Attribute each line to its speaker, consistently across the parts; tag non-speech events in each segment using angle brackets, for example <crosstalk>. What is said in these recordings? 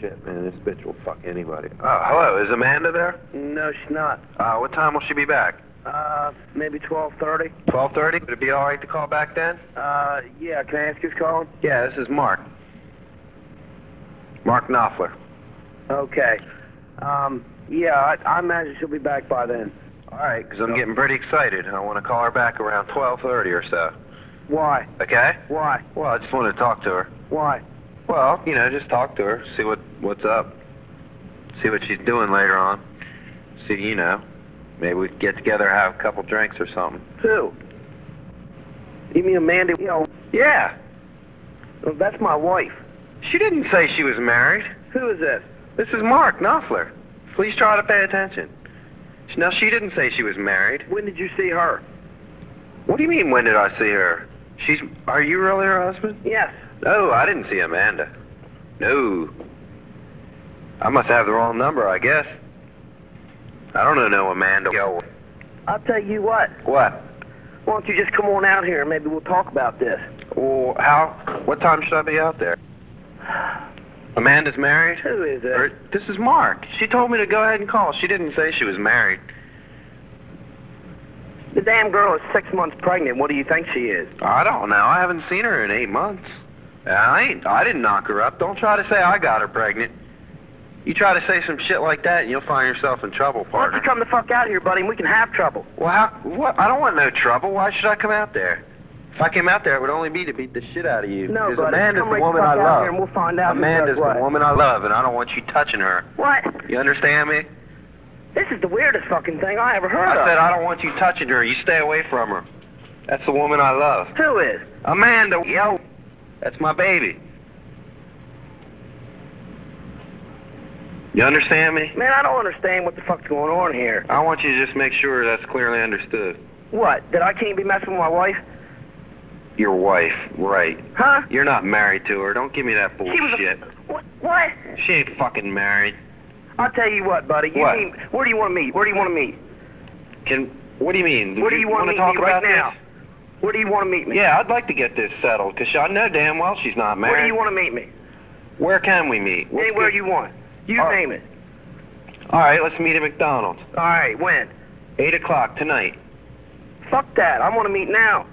Speaker 1: Shit, man, this bitch will fuck anybody. Uh, hello, is Amanda there?
Speaker 2: No, she's not.
Speaker 1: Uh, what time will she be back?
Speaker 2: Uh, maybe 12.30?
Speaker 1: 12.30? Would it be all right to call back then?
Speaker 2: Uh, yeah, can I ask who's calling?
Speaker 1: Yeah, this is Mark. Mark Knopfler.
Speaker 2: Okay. Um, yeah, I, I imagine she'll be back by then.
Speaker 1: All right, because I'm getting pretty excited. I want to call her back around 12.30 or so.
Speaker 2: Why?
Speaker 1: Okay?
Speaker 2: Why?
Speaker 1: Well, I just want to talk to her.
Speaker 2: Why?
Speaker 1: Well, you know, just talk to her, see what what's up, see what she's doing later on. See, you know, maybe we could get together, have a couple drinks or something.
Speaker 2: Who? You mean Amanda? You know,
Speaker 1: Yeah,
Speaker 2: well, that's my wife.
Speaker 1: she didn't say she was married.
Speaker 2: Who is this?
Speaker 1: This is Mark Knopfler. Please try to pay attention. Now, she didn't say she was married.
Speaker 2: When did you see her?
Speaker 1: What do you mean? When did I see her? She's. Are you really her husband?
Speaker 2: Yes.
Speaker 1: No, I didn't see Amanda. No. I must have the wrong number, I guess. I don't know no Amanda.
Speaker 2: I'll tell you what.
Speaker 1: What?
Speaker 2: Why don't you just come on out here and maybe we'll talk about this?
Speaker 1: Well, how? What time should I be out there? Amanda's married?
Speaker 2: Who is it?
Speaker 1: Or- this is Mark. She told me to go ahead and call. She didn't say she was married.
Speaker 2: The damn girl is six months pregnant. What do you think she is?
Speaker 1: I don't know. I haven't seen her in eight months. I ain't. I didn't knock her up. Don't try to say I got her pregnant. You try to say some shit like that, and you'll find yourself in trouble,
Speaker 2: Why don't
Speaker 1: partner.
Speaker 2: you come the fuck out here, buddy, and we can have trouble.
Speaker 1: Well, how, what? I don't want no trouble. Why should I come out there? If I came out there, it would only be to beat the shit out of you.
Speaker 2: No,
Speaker 1: because
Speaker 2: buddy.
Speaker 1: Amanda's
Speaker 2: come
Speaker 1: the
Speaker 2: right
Speaker 1: woman
Speaker 2: the
Speaker 1: I
Speaker 2: fuck out here and
Speaker 1: love.
Speaker 2: we'll find out. who
Speaker 1: Amanda's
Speaker 2: does what.
Speaker 1: the woman I love, and I don't want you touching her.
Speaker 2: What?
Speaker 1: You understand me?
Speaker 2: This is the weirdest fucking thing I ever heard
Speaker 1: I
Speaker 2: of.
Speaker 1: said I don't want you touching her. You stay away from her. That's the woman I love.
Speaker 2: Who is?
Speaker 1: Amanda, yo, that's my baby. You understand me?
Speaker 2: Man, I don't understand what the fuck's going on here.
Speaker 1: I want you to just make sure that's clearly understood.
Speaker 2: What? That I can't be messing with my wife?
Speaker 1: Your wife, right.
Speaker 2: Huh?
Speaker 1: You're not married to her. Don't give me that bullshit.
Speaker 2: She was a. What? What?
Speaker 1: She ain't fucking married.
Speaker 2: I'll tell you what, buddy. You
Speaker 1: What?
Speaker 2: Need, where do you want to meet? Where do you want to meet?
Speaker 1: Can what do you mean?
Speaker 2: Where do you want
Speaker 1: wanna
Speaker 2: to meet
Speaker 1: talk
Speaker 2: me right
Speaker 1: about this?
Speaker 2: now? Where do you want to meet me?
Speaker 1: Yeah, I'd like to get this settled because I know damn well she's not married.
Speaker 2: Where do you want to meet me?
Speaker 1: Where can we meet? What's
Speaker 2: Anywhere
Speaker 1: good-
Speaker 2: you want. You
Speaker 1: All right.
Speaker 2: name it.
Speaker 1: All right, let's meet at McDonald's.
Speaker 2: All right. When?
Speaker 1: Eight o'clock tonight.
Speaker 2: Fuck that. I want to meet now.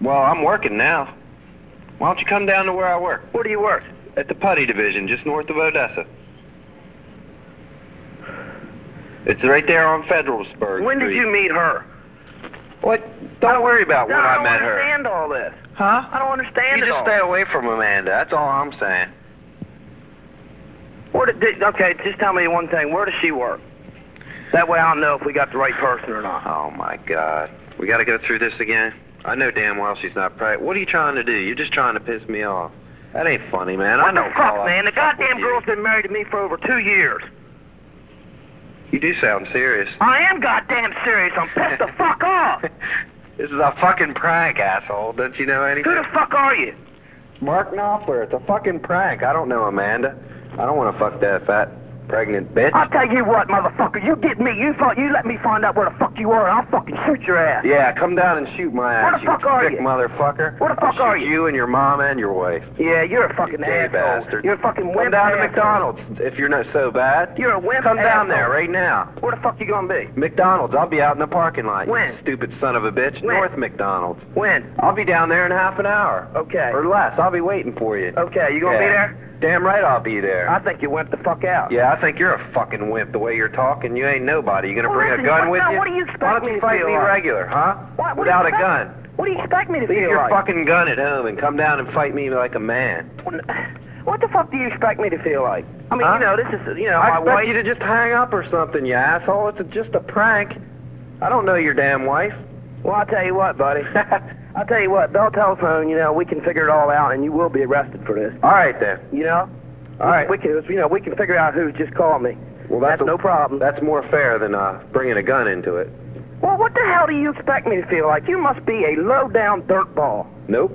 Speaker 1: Well, I'm working now. Why don't you come down to where I work?
Speaker 2: Where do you work?
Speaker 1: At the putty division, just north of Odessa. It's right there on Federalsburg.
Speaker 2: When did
Speaker 1: Street.
Speaker 2: you meet her?
Speaker 1: What? Don't worry about
Speaker 2: No,
Speaker 1: when
Speaker 2: I
Speaker 1: I
Speaker 2: don't
Speaker 1: met her.
Speaker 2: understand all this.
Speaker 1: Huh?
Speaker 2: I don't understand
Speaker 1: You
Speaker 2: it
Speaker 1: just
Speaker 2: all.
Speaker 1: stay away from Amanda. That's all I'm saying.
Speaker 2: Where did, did, okay, just tell me one thing. Where does she work? That way I'll know if we got the right person or not.
Speaker 1: Oh my God. We got to go through this again. I know damn well she's not pregnant. What are you trying to do? You're just trying to piss me off. That ain't funny, man. I
Speaker 2: what
Speaker 1: know.
Speaker 2: the fuck,
Speaker 1: Paul, I
Speaker 2: man? The
Speaker 1: fuck with
Speaker 2: goddamn
Speaker 1: you.
Speaker 2: girl's been married to me for over two years.
Speaker 1: You do sound serious.
Speaker 2: I am goddamn serious. I'm pissed <laughs> the fuck off.
Speaker 1: <laughs> this is a fucking prank, asshole. Don't you know anything?
Speaker 2: Who the fuck are you?
Speaker 1: Mark Knopfler, it's a fucking prank. I don't know Amanda. I don't want to fuck that fat pregnant bitch.
Speaker 2: I'll tell you what, motherfucker. You get me. You fuck, you let me find out where the fuck you are, and I'll fucking shoot your ass.
Speaker 1: yeah, come down and shoot my ass.
Speaker 2: Where the fuck
Speaker 1: you
Speaker 2: are
Speaker 1: sick
Speaker 2: you?
Speaker 1: motherfucker.
Speaker 2: Where the
Speaker 1: I'll
Speaker 2: fuck are
Speaker 1: shoot
Speaker 2: you?
Speaker 1: You and your mom and your wife.
Speaker 2: Yeah, you're a fucking
Speaker 1: you gay
Speaker 2: asshole.
Speaker 1: bastard.
Speaker 2: You're a fucking
Speaker 1: Come
Speaker 2: wimp.
Speaker 1: down to
Speaker 2: asshole.
Speaker 1: McDonald's if you're not so bad.
Speaker 2: You're a wimp.
Speaker 1: come down
Speaker 2: asshole.
Speaker 1: there right now.
Speaker 2: Where the fuck you gonna be?
Speaker 1: McDonald's. I'll be out in the parking lot.
Speaker 2: When?
Speaker 1: You stupid son of a bitch.
Speaker 2: When?
Speaker 1: North McDonald's.
Speaker 2: When?
Speaker 1: I'll be down there in half an hour
Speaker 2: Okay. Oh.
Speaker 1: or less. I'll be waiting for you.
Speaker 2: Okay, you gonna be
Speaker 1: Yeah.
Speaker 2: there?
Speaker 1: Damn right I'll be there.
Speaker 2: I think you went the fuck out.
Speaker 1: Yeah, I think you're a fucking wimp the way you're talking. You ain't nobody. You gonna
Speaker 2: Well,
Speaker 1: bring
Speaker 2: listen,
Speaker 1: a gun
Speaker 2: what-
Speaker 1: with
Speaker 2: now,
Speaker 1: you?
Speaker 2: what do you expect
Speaker 1: Why don't
Speaker 2: me
Speaker 1: you
Speaker 2: to
Speaker 1: fight
Speaker 2: feel
Speaker 1: me
Speaker 2: like?
Speaker 1: regular, huh?
Speaker 2: What- what do you
Speaker 1: Without a
Speaker 2: expect-
Speaker 1: gun.
Speaker 2: What do you expect me to
Speaker 1: Leave
Speaker 2: feel
Speaker 1: your
Speaker 2: like?
Speaker 1: fucking gun at home and come down and fight me like a man.
Speaker 2: What the fuck do you expect me to feel like? I mean,
Speaker 1: Huh?
Speaker 2: you know, this is, you know,
Speaker 1: I
Speaker 2: my
Speaker 1: expect
Speaker 2: wife.
Speaker 1: you to just hang up or something, you asshole. It's a, just a prank. I don't know your damn wife.
Speaker 2: Well, I'll tell you
Speaker 1: <laughs>
Speaker 2: what, buddy. I'll tell you what, Bell Telephone, you know, we can figure it all out, and you will be arrested for this.
Speaker 1: All right then.
Speaker 2: You know?
Speaker 1: All right.
Speaker 2: We can, you know, we can figure out who just called me.
Speaker 1: Well, that's, a-
Speaker 2: no problem.
Speaker 1: That's more fair than uh, bringing a gun into it.
Speaker 2: Well, what the hell do you expect me to feel like? You must be a low-down dirtball.
Speaker 1: Nope.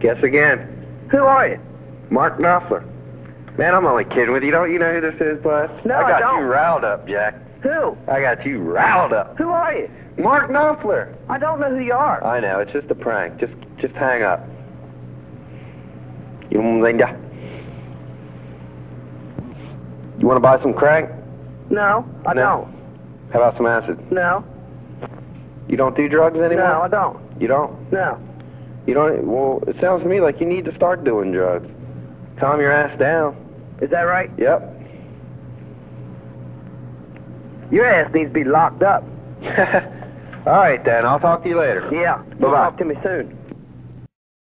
Speaker 1: Guess again.
Speaker 2: Who are you?
Speaker 1: Mark Knopfler. Man, I'm only kidding with you. Don't you know who this is, Bud?
Speaker 2: No,
Speaker 1: I
Speaker 2: I
Speaker 1: got
Speaker 2: don't.
Speaker 1: you riled up, Jack.
Speaker 2: Who?
Speaker 1: I got you riled up.
Speaker 2: Who are you?
Speaker 1: Mark Knopfler.
Speaker 2: I don't know who you are.
Speaker 1: I know. It's just a prank. Just, just hang up. You know what I'm saying? You want to buy some crank?
Speaker 2: No, I
Speaker 1: No.
Speaker 2: don't.
Speaker 1: How about some acid?
Speaker 2: No,
Speaker 1: You don't do drugs
Speaker 2: no, I
Speaker 1: anymore?
Speaker 2: don't.
Speaker 1: You don't?
Speaker 2: No.
Speaker 1: You don't? Well, it sounds to me like you need to start doing drugs. Calm your ass down.
Speaker 2: Is that right?
Speaker 1: Yep. <laughs>
Speaker 2: Your ass needs to be locked up.
Speaker 1: All right, then. I'll talk to you later.
Speaker 2: Yeah.
Speaker 1: Bye-bye.
Speaker 2: Talk to me soon.